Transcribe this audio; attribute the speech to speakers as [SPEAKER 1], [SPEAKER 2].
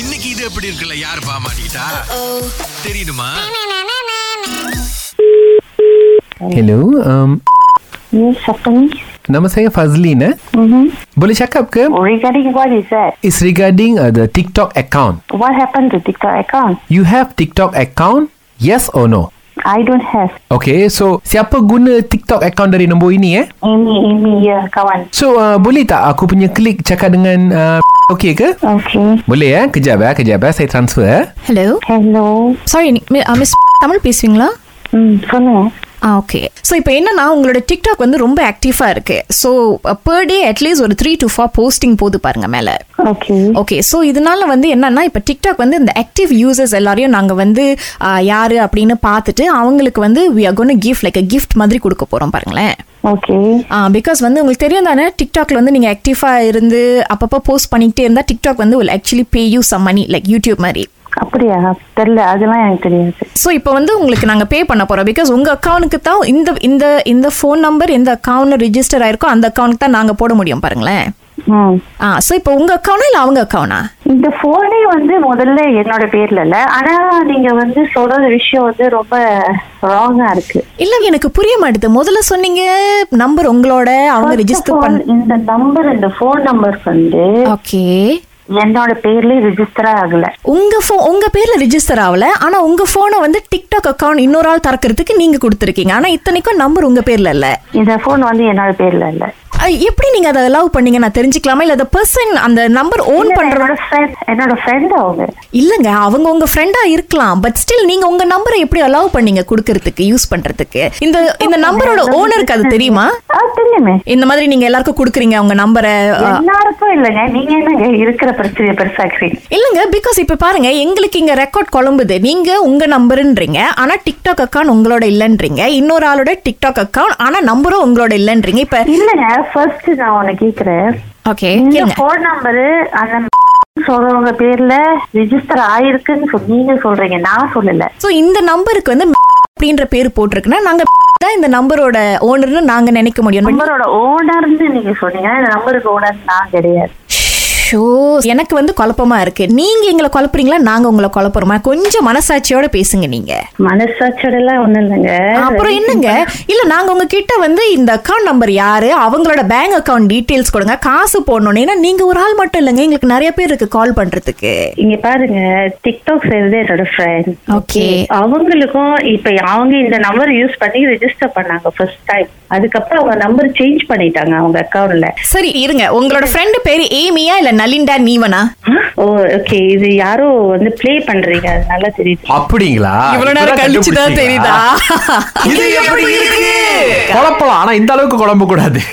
[SPEAKER 1] இன்னைக்கு இது எப்படி இருக்குல்ல யார் பாமாட்டா தெரியுமா
[SPEAKER 2] Hello, um,
[SPEAKER 3] Yes, afternoon.
[SPEAKER 2] nama saya Fazlina.
[SPEAKER 3] Mm-hmm.
[SPEAKER 2] Boleh cakap ke?
[SPEAKER 3] Oh. Regarding what is that?
[SPEAKER 2] It's regarding uh, the TikTok account.
[SPEAKER 3] What happened to TikTok account?
[SPEAKER 2] You have TikTok account? Yes or no?
[SPEAKER 3] I don't have.
[SPEAKER 2] Okay, so siapa guna TikTok account dari nombor ini eh?
[SPEAKER 3] Amy, Amy, ya kawan.
[SPEAKER 2] So, uh, boleh tak aku punya klik cakap dengan uh, okay ke?
[SPEAKER 3] Okay.
[SPEAKER 2] Boleh eh? Kejap eh, kejap eh. Saya transfer eh.
[SPEAKER 4] Hello
[SPEAKER 3] Hello.
[SPEAKER 4] Sorry miss Tamil பேசுவீங்களா
[SPEAKER 3] Hmm, சொல்லுங்க.
[SPEAKER 4] ஆ okay so இப்போ என்னன்னா உங்களோட TikTok வந்து ரொம்ப ஆக்டிவாக இருக்கு ஸோ பர் டே அட்லீஸ்ட் ஒரு த்ரீ டு ஃபோர் போஸ்டிங் போது பாருங்க மேலே
[SPEAKER 3] Okay.
[SPEAKER 4] ஓகே ஸோ இதனால வந்து என்னன்னா இப்போ டிக்டாக் வந்து இந்த ஆக்டிவ் யூசர்ஸ் எல்லாரையும் நாங்கள் வந்து ஆ, யாரு அப்படின்னு பார்த்துட்டு அவங்களுக்கு வந்து we are going gift like gift மாதிரி கொடுக்க போகிறோம் பாருங்களேன்
[SPEAKER 3] Okay.
[SPEAKER 4] பிகாஸ் வந்து உங்களுக்கு தெரியும் தானே டிக்டாக்ல வந்து நீங்கள் ஆக்டிவாக இருந்து அப்பப்போ போஸ்ட் பண்ணிக்கிட்டே இருந்தால் டிக்டாக் வந்து will actually pay you some money like YouTube மாதிரி
[SPEAKER 3] அப்படியா தெரியல அதெல்லாம் எனக்கு தெரியாது
[SPEAKER 4] ஸோ இப்போ வந்து உங்களுக்கு நாங்கள் பே பண்ண போகிறோம் பிகாஸ் உங்கள் அக்கௌண்ட்டுக்கு தான் இந்த இந்த இந்த ஃபோன் நம்பர் எந்த அக்கௌண்ட்டில் ரிஜிஸ்டர் ஆயிருக்கோ அந்த அக்கௌண்ட்டுக்கு தான் நாங்கள் போட முடியும் பாருங்களேன்
[SPEAKER 3] ம்
[SPEAKER 4] ஆ ஸோ இப்போ உங்கள் அக்கௌண்டா இல்லை அவங்க அக்கௌண்டா
[SPEAKER 3] இந்த போனே வந்து முதல்ல என்னோட பேர்ல இல்ல ஆனா நீங்க வந்து சொல்ற விஷயம் வந்து ரொம்ப ராங்கா இருக்கு
[SPEAKER 4] இல்லை எனக்கு புரிய மாட்டுது முதல்ல சொன்னீங்க நம்பர் உங்களோட அவங்க
[SPEAKER 3] First
[SPEAKER 4] ரிஜிஸ்டர்
[SPEAKER 3] of all,
[SPEAKER 4] பண்ண
[SPEAKER 3] இந்த நம்பர் இந்த போன் நம்பர் வந்து
[SPEAKER 4] ஓகே
[SPEAKER 3] என்னோட பேர்ல ரெஜிஸ்டர் ஆகல
[SPEAKER 4] உங்க ஃபோ உங்க பேர்ல ரிஜிஸ்டர் ஆகல ஆனா உங்க போனை வந்து டிக்டாக் அக்கௌண்ட் இன்னொரு ஆள் திறக்கிறதுக்கு நீங்க கொடுத்துருக்கீங்க ஆனா இத்தனைக்கும் நம்பர் உங்க பேர்ல இல்ல
[SPEAKER 3] இந்த போன் வந்து என்னோட பேர்ல இல்ல
[SPEAKER 4] அஹ் எப்படி நீங்க அதை அலோவ் பண்ணீங்க நான் தெரிஞ்சுக்கலாமா இல்ல அந்த பர்சன் அந்த நம்பர் ஓன்
[SPEAKER 3] இல்ல,
[SPEAKER 4] பண்ற
[SPEAKER 3] என்னோட friend- என்னோட ஃப்ரெண்ட் அவங்க
[SPEAKER 4] இல்லங்க அவங்க உங்க ஃப்ரெண்டா இருக்கலாம் பட் ஸ்டில் நீங்க உங்க நம்பரை எப்படி அலோவ் பண்ணீங்க கொடுக்கறதுக்கு யூஸ் பண்றதுக்கு இந்த இந்த நம்பரோட ஓனருக்கு அது தெரியுமா
[SPEAKER 3] ஆ, தெரியுமே
[SPEAKER 4] இந்த மாதிரி நீங்க எல்லாருக்கும் கொடுக்குறீங்க உங்க நம்பரை
[SPEAKER 3] எல்லாருக்கும் இல்லைங்க நீங்க என்னங்க இருக்கிற பிரச்சனையை பெருசாக்குறீங்க
[SPEAKER 4] இல்லங்க பிகாஸ் இப்ப பாருங்க எங்களுக்கு இங்க ரெக்கார்ட் குழம்புது நீங்க உங்க நம்பருன்றீங்க ஆனா டிக்டாக் அக்கௌண்ட் உங்களோட இல்லன்றீங்க இன்னொரு ஆளோட டிக்டாக் அக்கௌண்ட் ஆனா நம்பரும் உங்களோட இல்லன்றீங்க இப்ப
[SPEAKER 3] இல்லங்க ஃபர்ஸ்ட் நான் உன்னை கேக்குறேன்
[SPEAKER 4] ஓகே
[SPEAKER 3] இந்த போன் நம்பரு அந்த சொல்றவங்க பேர்ல ரெஜிஸ்டர் ஆயிருக்குன்னு சொல்லி- நீங்க சொல்றீங்க நான் சொல்லல
[SPEAKER 4] சோ இந்த நம்பருக்கு வந்து அப்படின்ற பேர் போட்டிருக்குன்னா நாங்க தான் இந்த நம்பரோட ஓனர்னு நாங்க நினைக்க முடியும்
[SPEAKER 3] நம்பரோட ஓனர்னு நீங்க சொன்னீங்க இந்த நம்பருக்கு ஓனர் நான் கிடையாது
[SPEAKER 4] ஷோ எனக்கு வந்து குழப்பமா இருக்கு நீங்க எங்களை குழப்புறீங்களா நாங்க உங்களை குழப்புறோமா கொஞ்சம் மனசாட்சியோட பேசுங்க நீங்க
[SPEAKER 3] மனசாட்சியோட எல்லாம் ஒண்ணு இல்லைங்க
[SPEAKER 4] அப்புறம் என்னங்க இல்ல நாங்க உங்ககிட்ட வந்து இந்த அக்கௌண்ட் நம்பர் யாரு அவங்களோட பேங்க் அக்கவுண்ட் டீடைல்ஸ் கொடுங்க காசு போடணும் ஏன்னா நீங்க ஒரு ஆள் மட்டும் இல்லைங்க எங்களுக்கு நிறைய பேர் இருக்கு கால் பண்றதுக்கு
[SPEAKER 3] இங்க பாருங்க டிக்டாக் செய்யறது என்னோட ஃப்ரெண்ட்
[SPEAKER 4] Okay.
[SPEAKER 3] அவங்களுக்கும் இப்ப அவங்க இந்த நம்பர் யூஸ் பண்ணி ரெஜிஸ்டர் பண்ணாங்க ஃபர்ஸ்ட் டைம் அதுக்கப்புறம் அவங்க நம்பர் சேஞ்ச் பண்ணிட்டாங்க அவங்க அக்கவுண்ட்ல
[SPEAKER 4] சரி இருங்க உங்களோட ஃப்ரெண்டு பேரு ஏமியா இல்ல நலிண்டா நீவனா
[SPEAKER 3] ஓ ஓகே Oh, இது யாரோ வந்து ப்ளே பண்றீங்க அது நல்லா தெரியுது
[SPEAKER 5] அப்படிங்களா
[SPEAKER 4] இவ்வளவு நேரம்
[SPEAKER 5] இப்பதான்
[SPEAKER 4] கழிச்சுதான்
[SPEAKER 5] கண்டுபிடிச்சீங்களா?
[SPEAKER 4] தெரியுதா
[SPEAKER 5] இது எப்படி இருக்கு குழப்பலாம் ஆனா இந்த அளவுக்கு குழம்ப கூடாது